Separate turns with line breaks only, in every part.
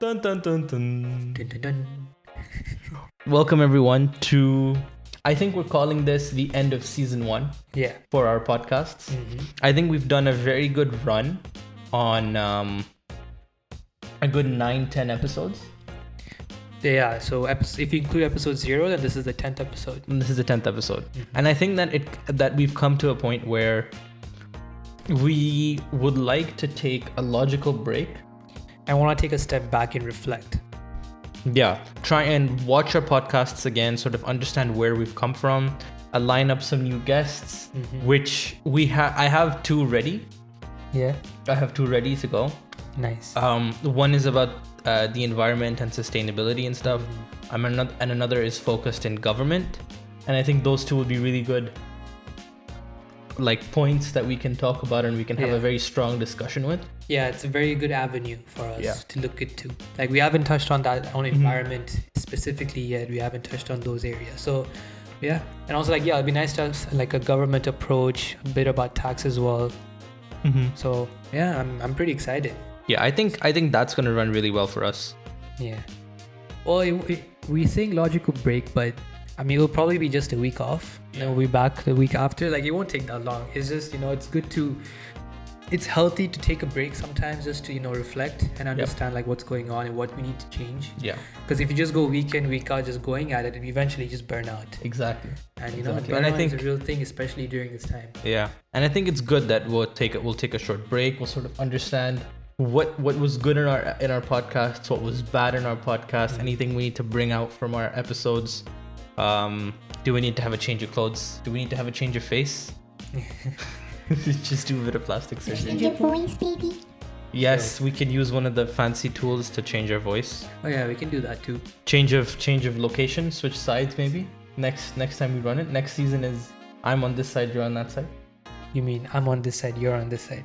Dun dun dun dun.
Dun, dun, dun.
Welcome everyone to. I think we're calling this the end of season one
Yeah.
for our podcasts.
Mm-hmm.
I think we've done a very good run on um, a good nine, ten episodes.
Yeah. So episode, if you include episode zero, then this is the tenth episode.
And this is the tenth episode, and I think that it that we've come to a point where we would like to take a logical break.
I want to take a step back and reflect.
Yeah, try and watch our podcasts again, sort of understand where we've come from, uh, line up some new guests, which we have. I have two ready.
Yeah. Uh,
I have two ready to go.
Nice.
Um, one is about uh, the environment and sustainability and stuff. Um, and anoth- and another is focused in government. And I think those two would be really good, like points that we can talk about and we can have a
Yeah.
very strong discussion with.
yeah, it's a very good avenue for us
Yeah.
to look into. Like we haven't touched on that on environment specifically yet. We haven't touched on those areas. So yeah. And also like yeah, it'd be nice to have like a government approach, a bit about tax as well.
Mm-hmm.
So yeah, I'm I'm pretty excited.
Yeah, I think I think that's gonna run really well for us.
Yeah. Well, it, it, we think logical break, but I mean, it'll probably be just a week off. and Then we'll be back the week after. Like, it won't take that long. It's just, you know, it's good to, it's healthy to take a break sometimes just to, you know, reflect and understand, like, what's going on and what we need to change.
Yeah,
Because if you just go week in, week out, just going at it, you eventually just burn out.
exactly.
And, you know,
Exactly.
burnout
And I
is
think-
a real thing, especially during this time.
Yeah, and I think it's good that we'll take it. We'll take a short break. We'll sort of understand what what was good in our in our podcasts, what was bad in our podcasts, anything we need to bring out from our episodes. Um, do we need to have a change of clothes? Do we need to have a change of face? Just do a bit of plastic surgery.
Change your voice, baby.
Yes, we can use one of the fancy tools to change our voice.
Oh, yeah, we can do that too.
Change of change of location, switch sides maybe. Next next time we run it. Next season is I'm on this side, you're on that side.
You mean I'm on this side, you're on this side.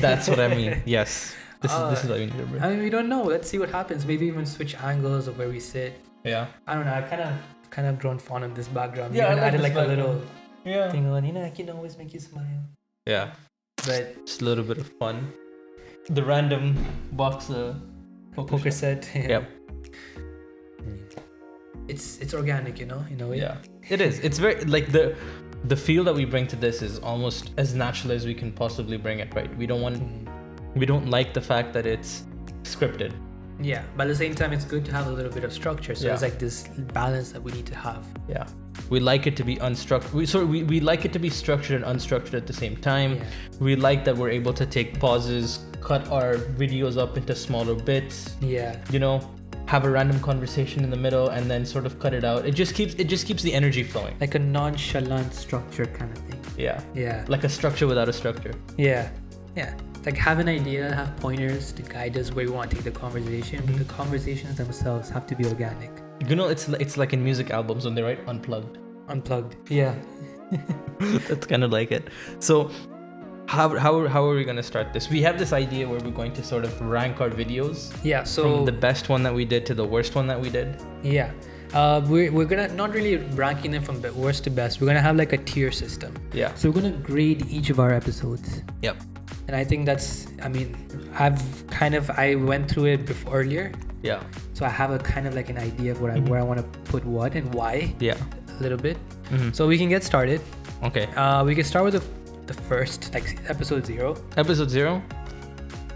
That's what I mean. Yes. This is this is what we need to bring.
I mean, we don't know. Let's see what happens. Maybe even switch angles of where we sit.
Yeah.
I don't know. I've kind of kind of grown fond of this background.
Yeah, I
Yeah, I
like
added
this
like a little
Yeah.
thing on. You know, I can always make you smile.
Yeah.
But
Just a little bit of fun. The random boxer
poker, set. yeah.
Yep.
It's it's organic, you know, in a way.
Oh, Yeah. It is. It's very like the the feel that we bring to this is almost as natural as we can possibly bring it, right? We don't want we don't like the fact that it's scripted.
Yeah. But at the same time, it's good to have a little bit of structure. So
Yeah.
it's like this balance that we need to have.
Yeah. We like it to be unstructured. We sorry, we, we like it to be structured and unstructured at the same time.
Yeah.
We like that we're able to take pauses, cut our videos up into smaller bits.
Yeah.
you know have a random conversation in the middle and then sort of cut it out it just keeps it just keeps the energy flowing
Like a nonchalant structure kind of thing.
yeah
Yeah.
like a structure without a structure
Yeah. Yeah. Like have an idea, have pointers to guide us where we want to take the conversation,
Mm-hmm.
but the conversations themselves have to be organic.
you know it's li- it's like in music albums when they write unplugged
Unplugged. Yeah.
that's kind of like it so how, how, how are we going to start this we have this idea where we're going to sort of rank our videos
Yeah. So
from the best one that we did to the worst one that we did
yeah. Uh, we're, we're gonna not really ranking them from be- worst to best. We're gonna have like a tier system.
yeah
So we're gonna grade each of our episodes,
yep
and I think that's. I mean, I've kind of I went through it before earlier,
yeah
so I have a kind of like an idea of what I where I want to put what and why
yeah Mm-hmm.
a little bit. So we can get started.
okay
Uh, we can start with the, the first like episode zero.
episode zero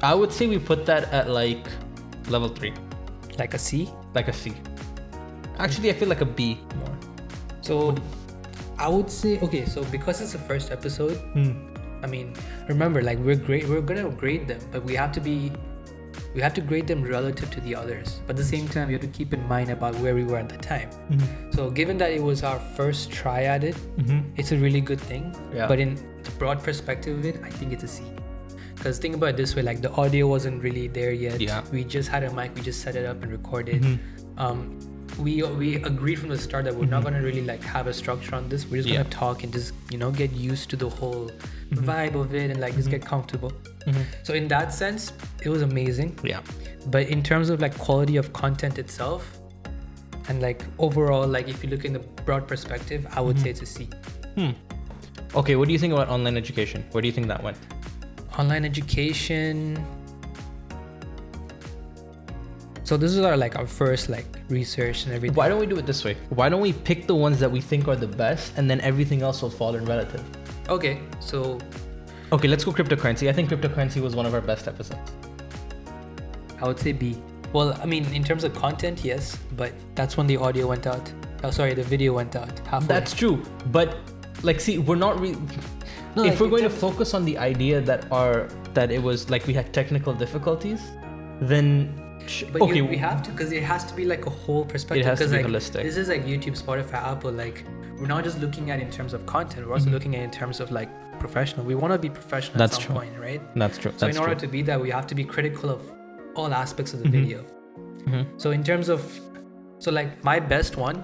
i would say we put that at like level three
like a C.
like a C. Actually, I feel like a B more.
So I would say okay. So because it's the first episode,
Hmm.
I mean, remember like we're great. We're gonna grade them, but we have to be, we have to grade them relative to the others. But at the same time, we have to keep in mind about where we were at the time.
Mm-hmm.
So given that it was our first try at it, it's a really good thing.
Yeah.
But in the broad perspective of it, I think it's a C. Because think about it this way, like the audio wasn't really there yet.
Yeah.
We just had a mic, we just set it up and recorded. Um, we we agreed from the start that we're not gonna really like have a structure on this. We're just
Yeah.
gonna talk and just you know get used to the whole vibe of it and like just get comfortable. So in that sense, it was amazing.
Yeah.
But in terms of like quality of content itself, and like overall, like if you look in the broad perspective, I would say it's a C.
Okay, what do you think about online education? Where do you think that went?
Online education. So this is our like our first like research and everything.
Why don't we do it this way? Why don't we pick the ones that we think are the best, and then everything else will fall in relative?
Okay, so
Okay, let's go cryptocurrency. I think cryptocurrency was one of our best episodes.
I would say B. Well, I mean in terms of content, yes, but that's when the audio went out. Oh, sorry, the video went out halfway.
That's true, but like, see, we're not re-
No,
if
like,
we're
in
going to
terms-
focus on the idea that our that it was like we had technical difficulties, then sh-
But
okay,
you, we have to because it has to be like a whole perspective.
has to
'cause,
be
like,
holistic.
This is like YouTube, Spotify, Apple. Like we're not just looking at it in terms of content. We're also looking at it in terms of like professional. We want to be professional
Mm-hmm. That's
at some
true.
point, right?
that's true.
So
that's
in order
true. Mm-hmm.
to be that, we have to be critical of all aspects of the video.
Mhm.
So in terms of, so like my best one,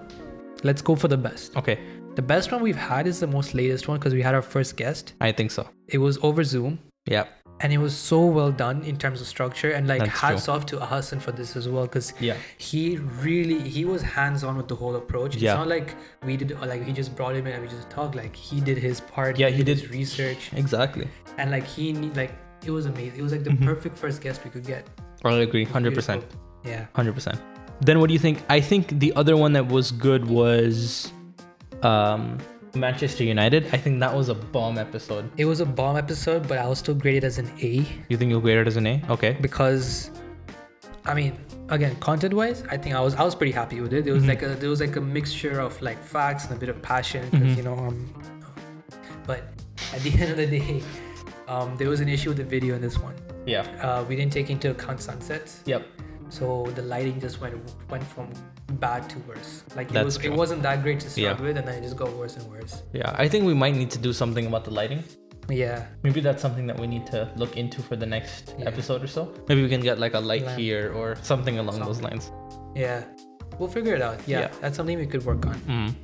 let's go for the best.
okay,
The best one we've had is the most latest one because we had our first guest.
I think so.
It was over Zoom
Yeah,
and it was so well done in terms of structure and like
That's
hats off to Ahasan for this as well because
Yeah.
he really he was hands on with the whole approach.
Yeah.
It's not like we did like he just brought him in and we just talked like he did his part.
Yeah, he did-
his research
exactly.
and like he ne- like it was amazing. It was like the perfect first guest we could get.
I agree, Mm-hmm. hundred percent,
Beautiful. Yeah.
hundred percent. Then what do you think? I think the other one that was good was um, Manchester United. I think that was a bomb episode.
It was a bomb episode, but I was still graded as an A
You think you'll grade it as an A? Okay.
because, I mean, again, content-wise, I think I was I was pretty happy with it.
Mm-hmm.
There was like a there was like a mixture of like facts and a bit of passion because
Mm-hmm.
you know um, but at the end of the day, um, there was an issue with the video in this one.
Yeah.
Uh, we didn't take into account sunsets,
Yep.
so the lighting just went went from bad to worse. Like it
That's
was
true.
it wasn't that great to start
Yeah.
with, and then it just got worse and worse.
Yeah. I think we might need to do something about the lighting.
Yeah.
Maybe that's something that we need to look into for the next
Yeah.
episode or so. Maybe we can get like a light
Lamp.
here or something along those lines.
Yeah. We'll figure it out. Yeah,
Yeah.
That's something we could work on.
Mm.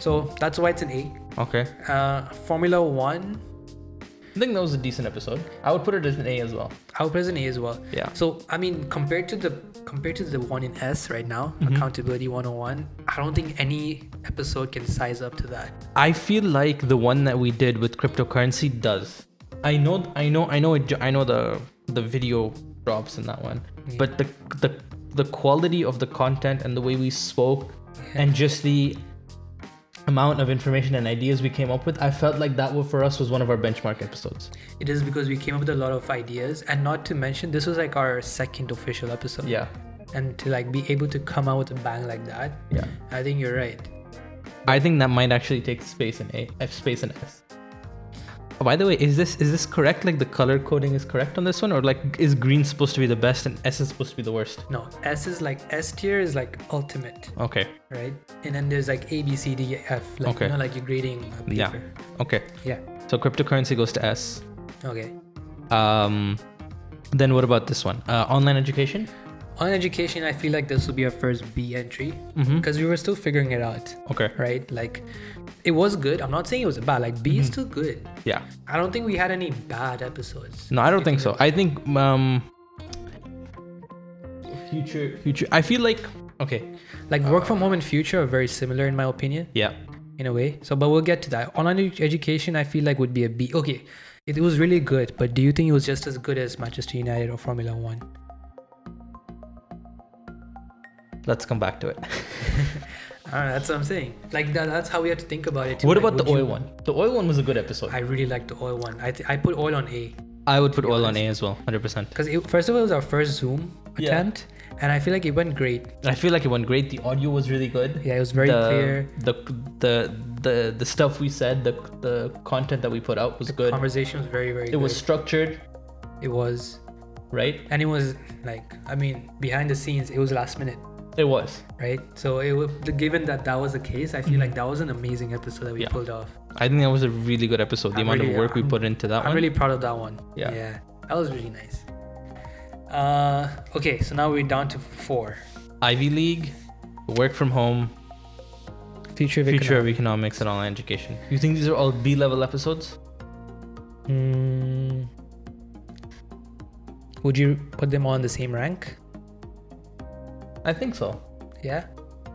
So that's why it's an
Okay.
A. Uh, Formula One,
I think that was a decent episode. I would put it as an A as well.
I would put it as an A as well.
Yeah.
So I mean, compared to the compared to the one in S right now,
Mm-hmm.
Accountability 101, I don't think any episode can size up to that.
I feel like the one that we did with cryptocurrency does. I know, I know, I know, it, I know the the video drops in that one, but the the the quality of the content and the way we spoke, and just the amount of information and ideas we came up with, I felt like that wa- for us was one of our benchmark episodes.
It is because we came up with a lot of ideas, and not to mention this was like our second official episode.
Yeah,
And to like be able to come out with a bang like that,
yeah.
I think you're right.
I think that might actually take space in A, uh, space in S. Oh, by the way, is this is this correct? Like the color coding is correct on this one, or like is green supposed to be the best and S is supposed to be the worst?
No, S is like S tier is like ultimate.
Okay,
right? And then there's like A, B, C, D, E, F. Like,
Okay.
You know, like you're grading a paper.
yeah, okay.
Yeah.
So cryptocurrency goes to S.
Okay.
Um, then what about this one? Uh, online education.
On education, I feel like this will be our first B entry
Mhm.
because we were still figuring it out,
Okay.
right? Like, it was good. I'm not saying it was bad. Like, B is
Mm-hmm.
still good.
Yeah.
I don't think we had any bad episodes.
No, I don't think so. I think um, future future. I feel like okay.
Like, work from home and future are very similar in my opinion,
Yeah.
in a way. So, but we'll get to that. Online edu- education, I feel like would be a B. Okay. It was really good, but do you think it was just as good as Manchester United or Formula One?
Let's come back to it.
I don't know, that's what I'm saying. Like that, that's how we have to think about it. too.
what
Like,
about the
would you-
oil one? The oil one was a good episode.
I really like the oil one. I, th- I put oil on A
I would put oil on A as well, 100%.
because first of all it was our first Zoom
Yeah.
attempt, and I feel like it went great.
I feel like it went great. The audio was really good.
Yeah, it was very
the,
clear.
The, the the the stuff we said, the the content that we put out was good.
Conversation was very very.
It was structured,
It was,
right?
and it was like I mean behind the scenes it was last minute,
It was.
right? So it was given that that was the case, I feel like that was an amazing episode that we
Mm-hmm. Yeah.
pulled off.
I think that was a really good episode. The
I'm
amount of
really-
work we
I'm-
put into that
I'm
one.
really proud of that one.
Yeah.
yeah, that was really nice. Uh, okay, so now we're down to four.
Ivy League, work from home,
Future of
future of economics, and online education. You think these are all B level episodes?
Mm. Would you put them all in the same rank?
I think so.
Yeah.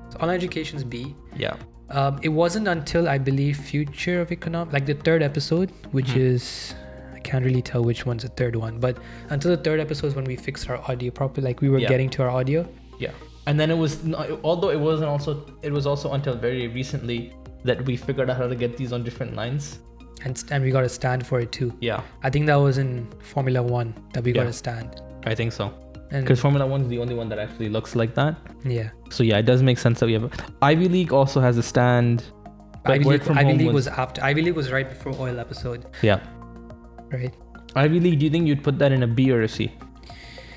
So online education's B.
Yeah. Hmm.
Um, it wasn't until I believe Future of Economic, like the third episode, which is I can't really tell which one's the third one. But until the third episode is when we fixed our audio properly, like we were
Yeah.
getting to our audio.
Yeah, and then it was not, although it wasn't also it was also until very recently that we figured out how to get these on different lines.
And, st- and we got a stand for it too.
Yeah,
I think that was in Formula One that we got
Yeah.
a stand.
I think so.
And
Because Formula One's the only one that actually looks like that.
yeah,
So yeah, it does make sense that we have. Ivy League also has a stand. but
Ivy
Work
League,
from
Ivy
Home
League was after Ivy League was right before Oil episode,
yeah.
right?
Ivy League. Do you think you'd put that in a B or a C?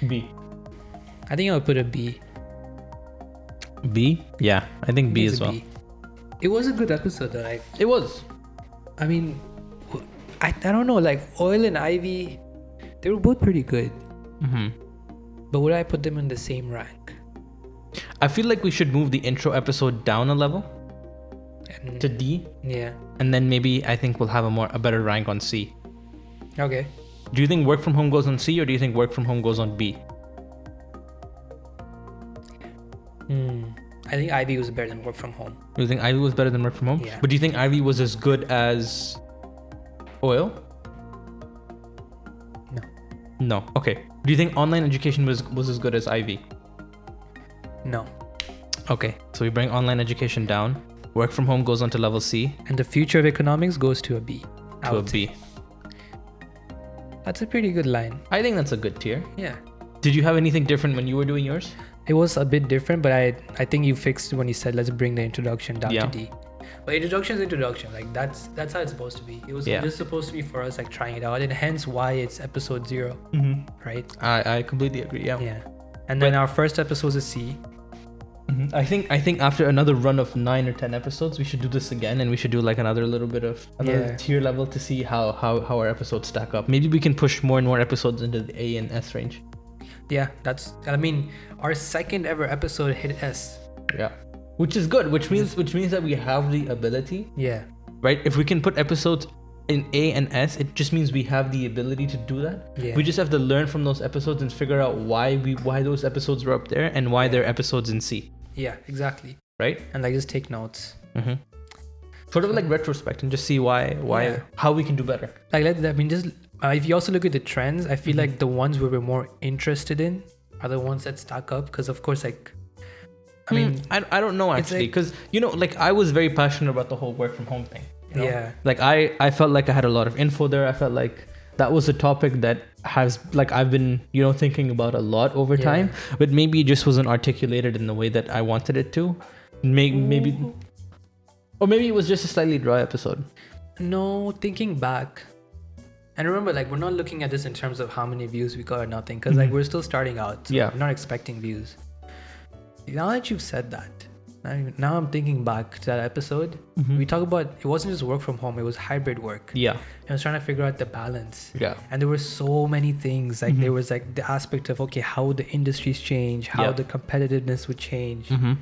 B.
I think I would put a B.
B. Yeah, I think B
It's
as
a
well.
B. It was a good episode though. Like
It was.
I mean, wh- I, I don't know. Like Oil and Ivy, they were both pretty good.
hmm
But would I put them in the same rank?
I feel like we should move the intro episode down a level
And,
to D,
yeah.
and then maybe I think we'll have a more a better rank on C.
Okay.
Do you think work from home goes on C or do you think work from home goes on B?
Hmm. I think Ivy was better than work from home.
Do you think Ivy was better than work from home?
Yeah.
But do you think Ivy was as good as oil?
No.
No. Okay. Do you think online education was was as good as Ivy?
No.
Okay. So we bring online education down. Work from home goes on to level C
And the future of economics goes to a B. I
to a
would say.
B.
That's a pretty good line.
I think that's a good tier.
Yeah.
Did you have anything different when you were doing yours?
It was a bit different, but I I think you fixed it when you said let's bring the introduction down
Yeah.
to D. But introduction is introduction. Like that's that's how it's supposed to be. It was
Yeah.
just supposed to be for us like trying it out, and hence why it's episode zero,
Mm-hmm.
right?
I, I completely agree. Yeah.
Yeah. And then our first episode was a C.
Mhm. I think I think after another run of nine or ten episodes, we should do this again, and we should do like another little bit of another
Yeah.
tier level to see how, how how our episodes stack up. Maybe we can push more and more episodes into the A and S range.
Yeah, that's. I mean, our second ever episode hit S.
Yeah, which is good. Which means which means that we have the ability,
Yeah.
right? If we can put episodes in A and S, it just means we have the ability to do that.
Yeah.
We just have to learn from those episodes and figure out why we why those episodes were up there and why they're episodes in C,
Yeah, exactly.
right?
And like, just take notes.
Mm-hmm. Sort of like retrospect and just see why why
Yeah.
how we can do better.
Like, let, I mean, just uh, if you also look at the trends, I feel like the ones we were more interested in are the ones that stack up. Because of course, like,
I
I
mean,
mean,
Mm. I, I don't know
it's
actually,
like-
because you know, like I was very passionate about the whole work from home thing. you know?
Yeah.
Like I I felt like I had a lot of info there. I felt like that was a topic that has like I've been you know thinking about a lot over
Yeah.
time, but maybe it just wasn't articulated in the way that I wanted it to. Maybe maybe. Or maybe it was just a slightly dry episode.
no thinking back. And remember, like, we're not looking at this in terms of how many views we got or nothing, because like we're still starting out. So
Mm-hmm. Yeah.
We're not expecting views. Now that you've said that, now, now I'm thinking back to that episode. We talk about it wasn't just work from home; it was hybrid work.
Mm-hmm. Yeah.
I was trying to figure out the balance.
Yeah. Mm-hmm.
And there were so many things. Like there was like the aspect of okay, how the industries change, how
Yeah.
the competitiveness would change.
Mm-hmm.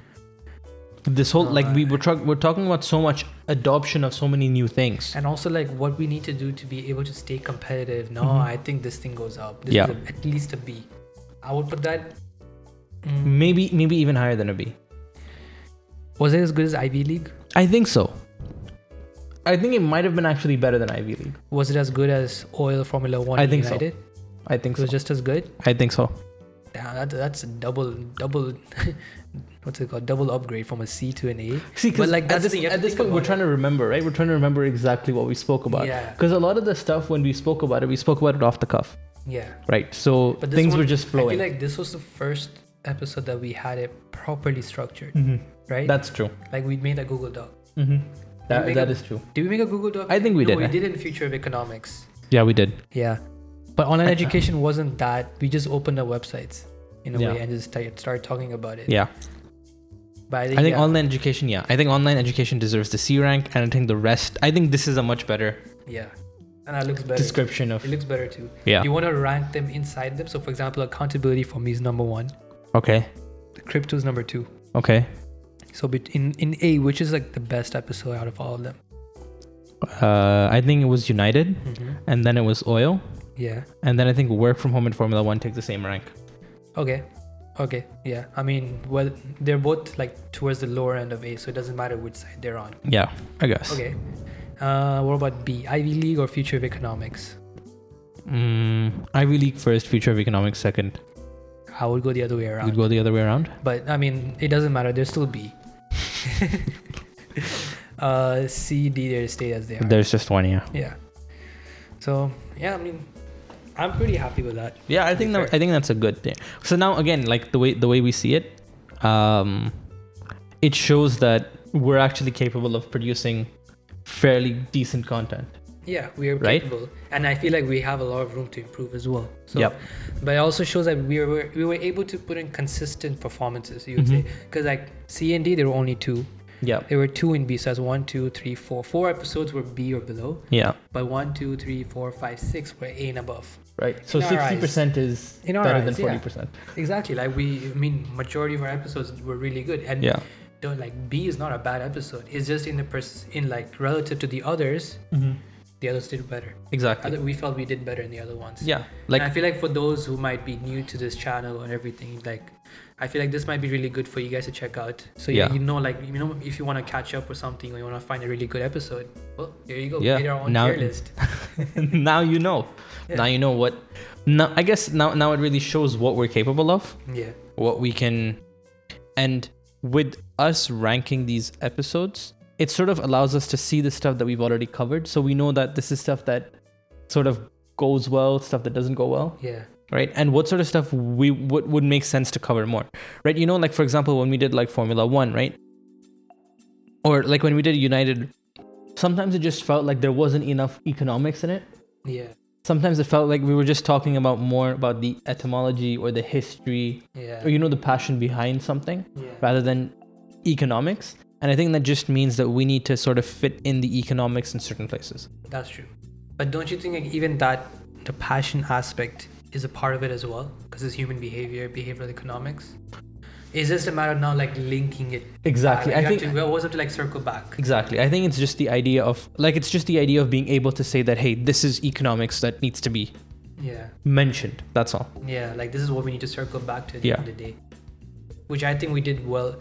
This whole like we were tra- we're talking about so much adoption of so many new things.
And also like what we need to do to be able to stay competitive. No, I think this thing goes up. This
Mm-hmm. Yeah.
is a, at least a B. I would put that
Maybe maybe even higher than a B.
was it as good as Ivy League?
I think so. I think it might have been actually better than Ivy League.
Was it as good as Oil Formula One?
I think so.
United?
I think
It
so.
was just as good.
I think so.
Damn, that, that's a double double what's it called? Double upgrade from a C to an A.
See,
But,
because
like,
like
that's
at
the
this,
thing, you have
at
to
this
think
point, we're
about
trying to remember, right? We're trying to remember exactly what we spoke about.
Yeah.
Because a lot of the stuff when we spoke about it, we spoke about it off the cuff,
Yeah.
right? So
But this
things
one-
were just
I
flowing.
feel like this was the first episode that we had it properly structured,
Mm-hmm.
right?
That's true.
like we made a Google Doc.
Mm-hmm. That
make
that
a-
is true.
Did we make a Google Doc?
I think we
no,
did,
We
eh?
did in Future of Economics.
Yeah, we did.
Yeah, but online education wasn't that. We just opened up websites in a
Yeah.
way and just started, started talking about it.
Yeah.
But I think,
I think
yeah,
online education. Yeah, I think online education deserves the C rank, and I think the rest. I think this is a much better
yeah, and it looks better.
description of.
it looks better too.
Yeah.
You want to rank them inside them. So, for example, accountability for me is number one.
Okay.
Crypto is number two.
Okay.
So, bet- in in A, which is like the best episode out of all of them.
Uh, I think it was United, and then it was Oil,
Yeah.
and then I think work from home and Formula One take the same rank.
Okay. Okay. Yeah. I mean, well, they're both like towards the lower end of A, so it doesn't matter which side they're on.
Yeah, I guess.
Okay. Uh, what about B? Ivy League or Future of Economics?
Mm, Ivy League first, Future of Economics second.
I would go the other way around.
We'd go the other way around.
But I mean, it doesn't matter. There's still B. uh, C, D, they stay as they are.
There's just one, yeah.
yeah. So yeah, I mean, I'm pretty happy with that.
Yeah, I think that, I think that's a good thing. So now again, like the way the way we see it, um, it shows that we're actually capable of producing fairly decent content.
Yeah, we are
Right?
capable, and I feel like we have a lot of room to improve as well. So,
Yep.
but it also shows that we were we were able to put in consistent performances. You would
Mm-hmm.
say because like C and D, there were only two.
Yeah,
There were two in B, so that's one, two, three, four. Four episodes were B or below,
yeah,
but one, two, three, four, five, six were A and above.
right. So
In our eyes.
sixty percent is
In
better
our
than
eyes, yeah.
forty percent.
Exactly. Like we, I mean, majority of our episodes were really good, and
Yeah.
don't like B is not a bad episode. It's just in the pers- in like relative to the others, the others did better.
Exactly.
Other, we felt we did better in the other ones.
yeah,
Like
like
I feel like for those who might be new to this channel and everything, like I feel like this might be really good for you guys to check out. So yeah,
Yeah.
you know, like you know, if you want to catch up or something, or you want to find a really good episode, well, there you go.
Yeah.
We made our own
Now-
tier list.
now you know.
Yeah.
Now you know what. Now I guess now now it really shows what we're capable of.
yeah.
what we can and with us ranking these episodes it sort of allows us to see the stuff that we've already covered so we know that this is stuff that sort of goes well stuff that doesn't go well
Yeah.
right and what sort of stuff we would would make sense to cover more right you know like for example when we did like formula 1 right or like when we did united sometimes it just felt like there wasn't enough economics in it
Yeah.
sometimes it felt like we were just talking about more about the etymology or the history
Yeah.
or you know the passion behind something
Yeah.
rather than economics and i think that just means that we need to sort of fit in the economics in certain places
That's true. But don't you think like, even that the passion aspect is a part of it as well? Because it's human behavior, behavioral economics. It's just a matter of now like linking it.
exactly
Like,
i
you have
think
to, we always have to like circle back.
exactly i think it's just the idea of like it's just the idea of being able to say that hey this is economics that needs to be
Yeah.
mentioned that's all
Yeah. Like this is what we need to circle back to at the
Yeah.
end of the day. Which I think we did well.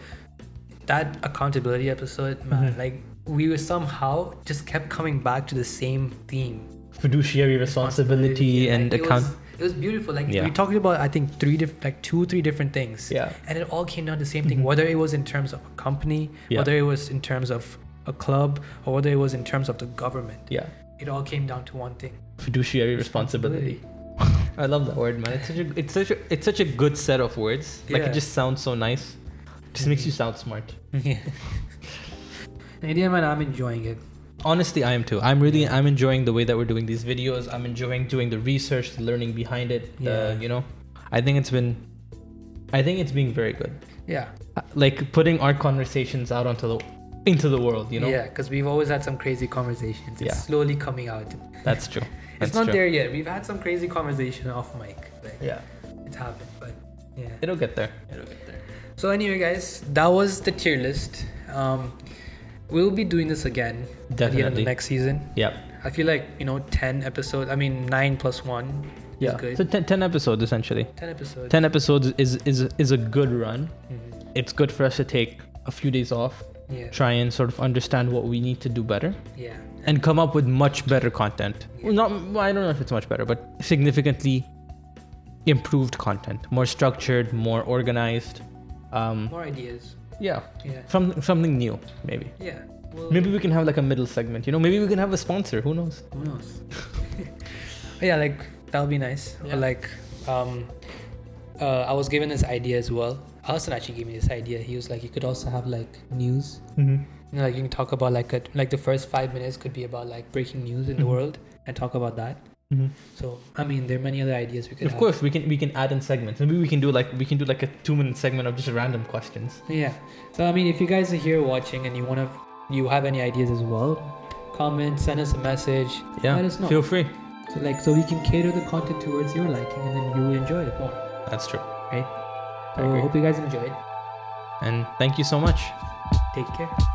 That accountability episode, man,
Mm-hmm.
like we were somehow just kept coming back to the same theme.
fiduciary responsibility and
like,
account
It was, it was beautiful. Like
Yeah.
we talked about, I think three, diff- like two, three different things.
Yeah. Mm-hmm.
And it all came down to the same thing. Whether it was in terms of a company,
Yeah.
whether it was in terms of a club, or whether it was in terms of the government,
yeah
it all came down to one thing.
fiduciary responsibility i love that word man it's such a it's such a, it's such a good set of words like
Yeah.
it just sounds so nice just makes you sound smart
Yeah. and yeah, man, I'm enjoying it.
honestly i am too i'm really i'm enjoying the way that we're doing these videos i'm enjoying doing the research the learning behind it
Yeah.
the, you know i think it's been i think it's being very good
Yeah.
Uh, like putting our conversations out onto the into the world you know
Yeah, because we've always had some crazy conversations. It's
Yeah.
slowly coming out.
that's true
It's
That's
not
true.
there yet. We've had some crazy conversation off mic. Like,
yeah
It's happened, but yeah.
it'll get there
So anyway, guys, that was the tier list. Um, we'll be doing this again at the end of the
Definitely.
next season.
yeah
I feel like you know, ten episodes. I mean, nine plus one
yeah
is good.
so 10, 10 episodes essentially
ten episodes.
10 episodes is is is a good run it's good for us to take a few days off
Yeah,
try and sort of understand what we need to do better
yeah,
and come up with much better content. Well, Not, well, I don't know if it's much better, but significantly improved content, more structured, more organized. Um,
more ideas.
yeah,
Yeah,
something something new maybe.
yeah. Well,
Maybe we can have like a middle segment. You know, maybe we can have a sponsor. Who knows?
who knows? yeah, like that'll be nice.
Yeah.
Or like, um, uh, I was given this idea as well. Hassan actually gave me this idea. He was like, you could also have like news. You know, like you can talk about like a, like the first five minutes could be about like breaking news
Mm-hmm.
in the world and talk about that. So I mean, there are many other ideas we could.
Of
have.
course, we can we can add in segments. Maybe we can do like we can do like a two minute segment of just random questions.
Yeah. So I mean, if you guys are here watching and you wanna, you have any ideas as well, comment, send us a message.
Yeah,
Let us know.
feel free.
so like, so we can cater the content towards your liking, and then you will enjoy it more.
That's true.
Right. So
agree.
hope you guys enjoyed.
And thank you so much.
Take care.